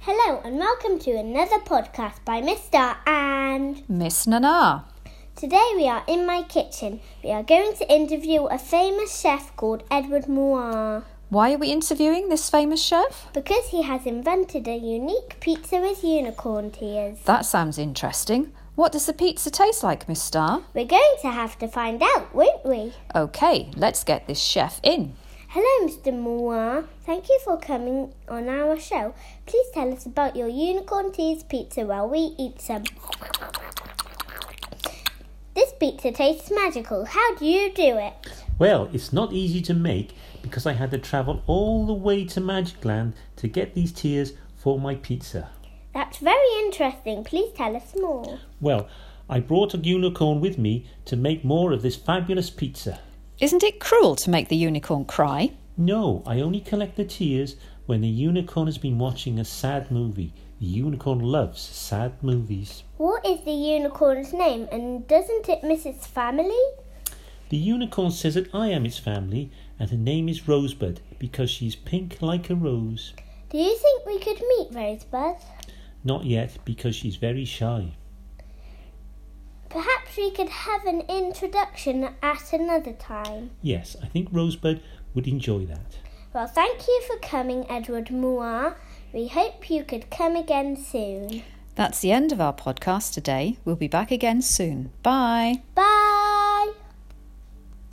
Hello and welcome to another podcast by Miss Star and Miss Nana. today we are in my kitchen. We are going to interview a famous chef called Edward Moir Why are we interviewing this famous chef? because he has invented a unique pizza with unicorn tears. That sounds interesting. What does the pizza taste like, Miss Star? We're going to have to find out, won't we? Okay, let's get this chef in. Hello Mr. Moir, thank you for coming on our show. Please tell us about your unicorn tears pizza while we eat some. This pizza tastes magical. How do you do it? Well, it's not easy to make because I had to travel all the way to Magic Land to get these tears for my pizza. That's very interesting. Please tell us more. Well, I brought a unicorn with me to make more of this fabulous pizza. Isn't it cruel to make the unicorn cry? No, I only collect the tears when the unicorn has been watching a sad movie. The unicorn loves sad movies. What is the unicorn's name and doesn't it miss its family? The unicorn says that I am its family and her name is Rosebud because she's pink like a rose. Do you think we could meet Rosebud? Not yet because she's very shy. Perhaps we could have an introduction at another time. Yes, I think Rosebud would enjoy that. Well, thank you for coming, Edward Moir. We hope you could come again soon. That's the end of our podcast today. We'll be back again soon. Bye. Bye!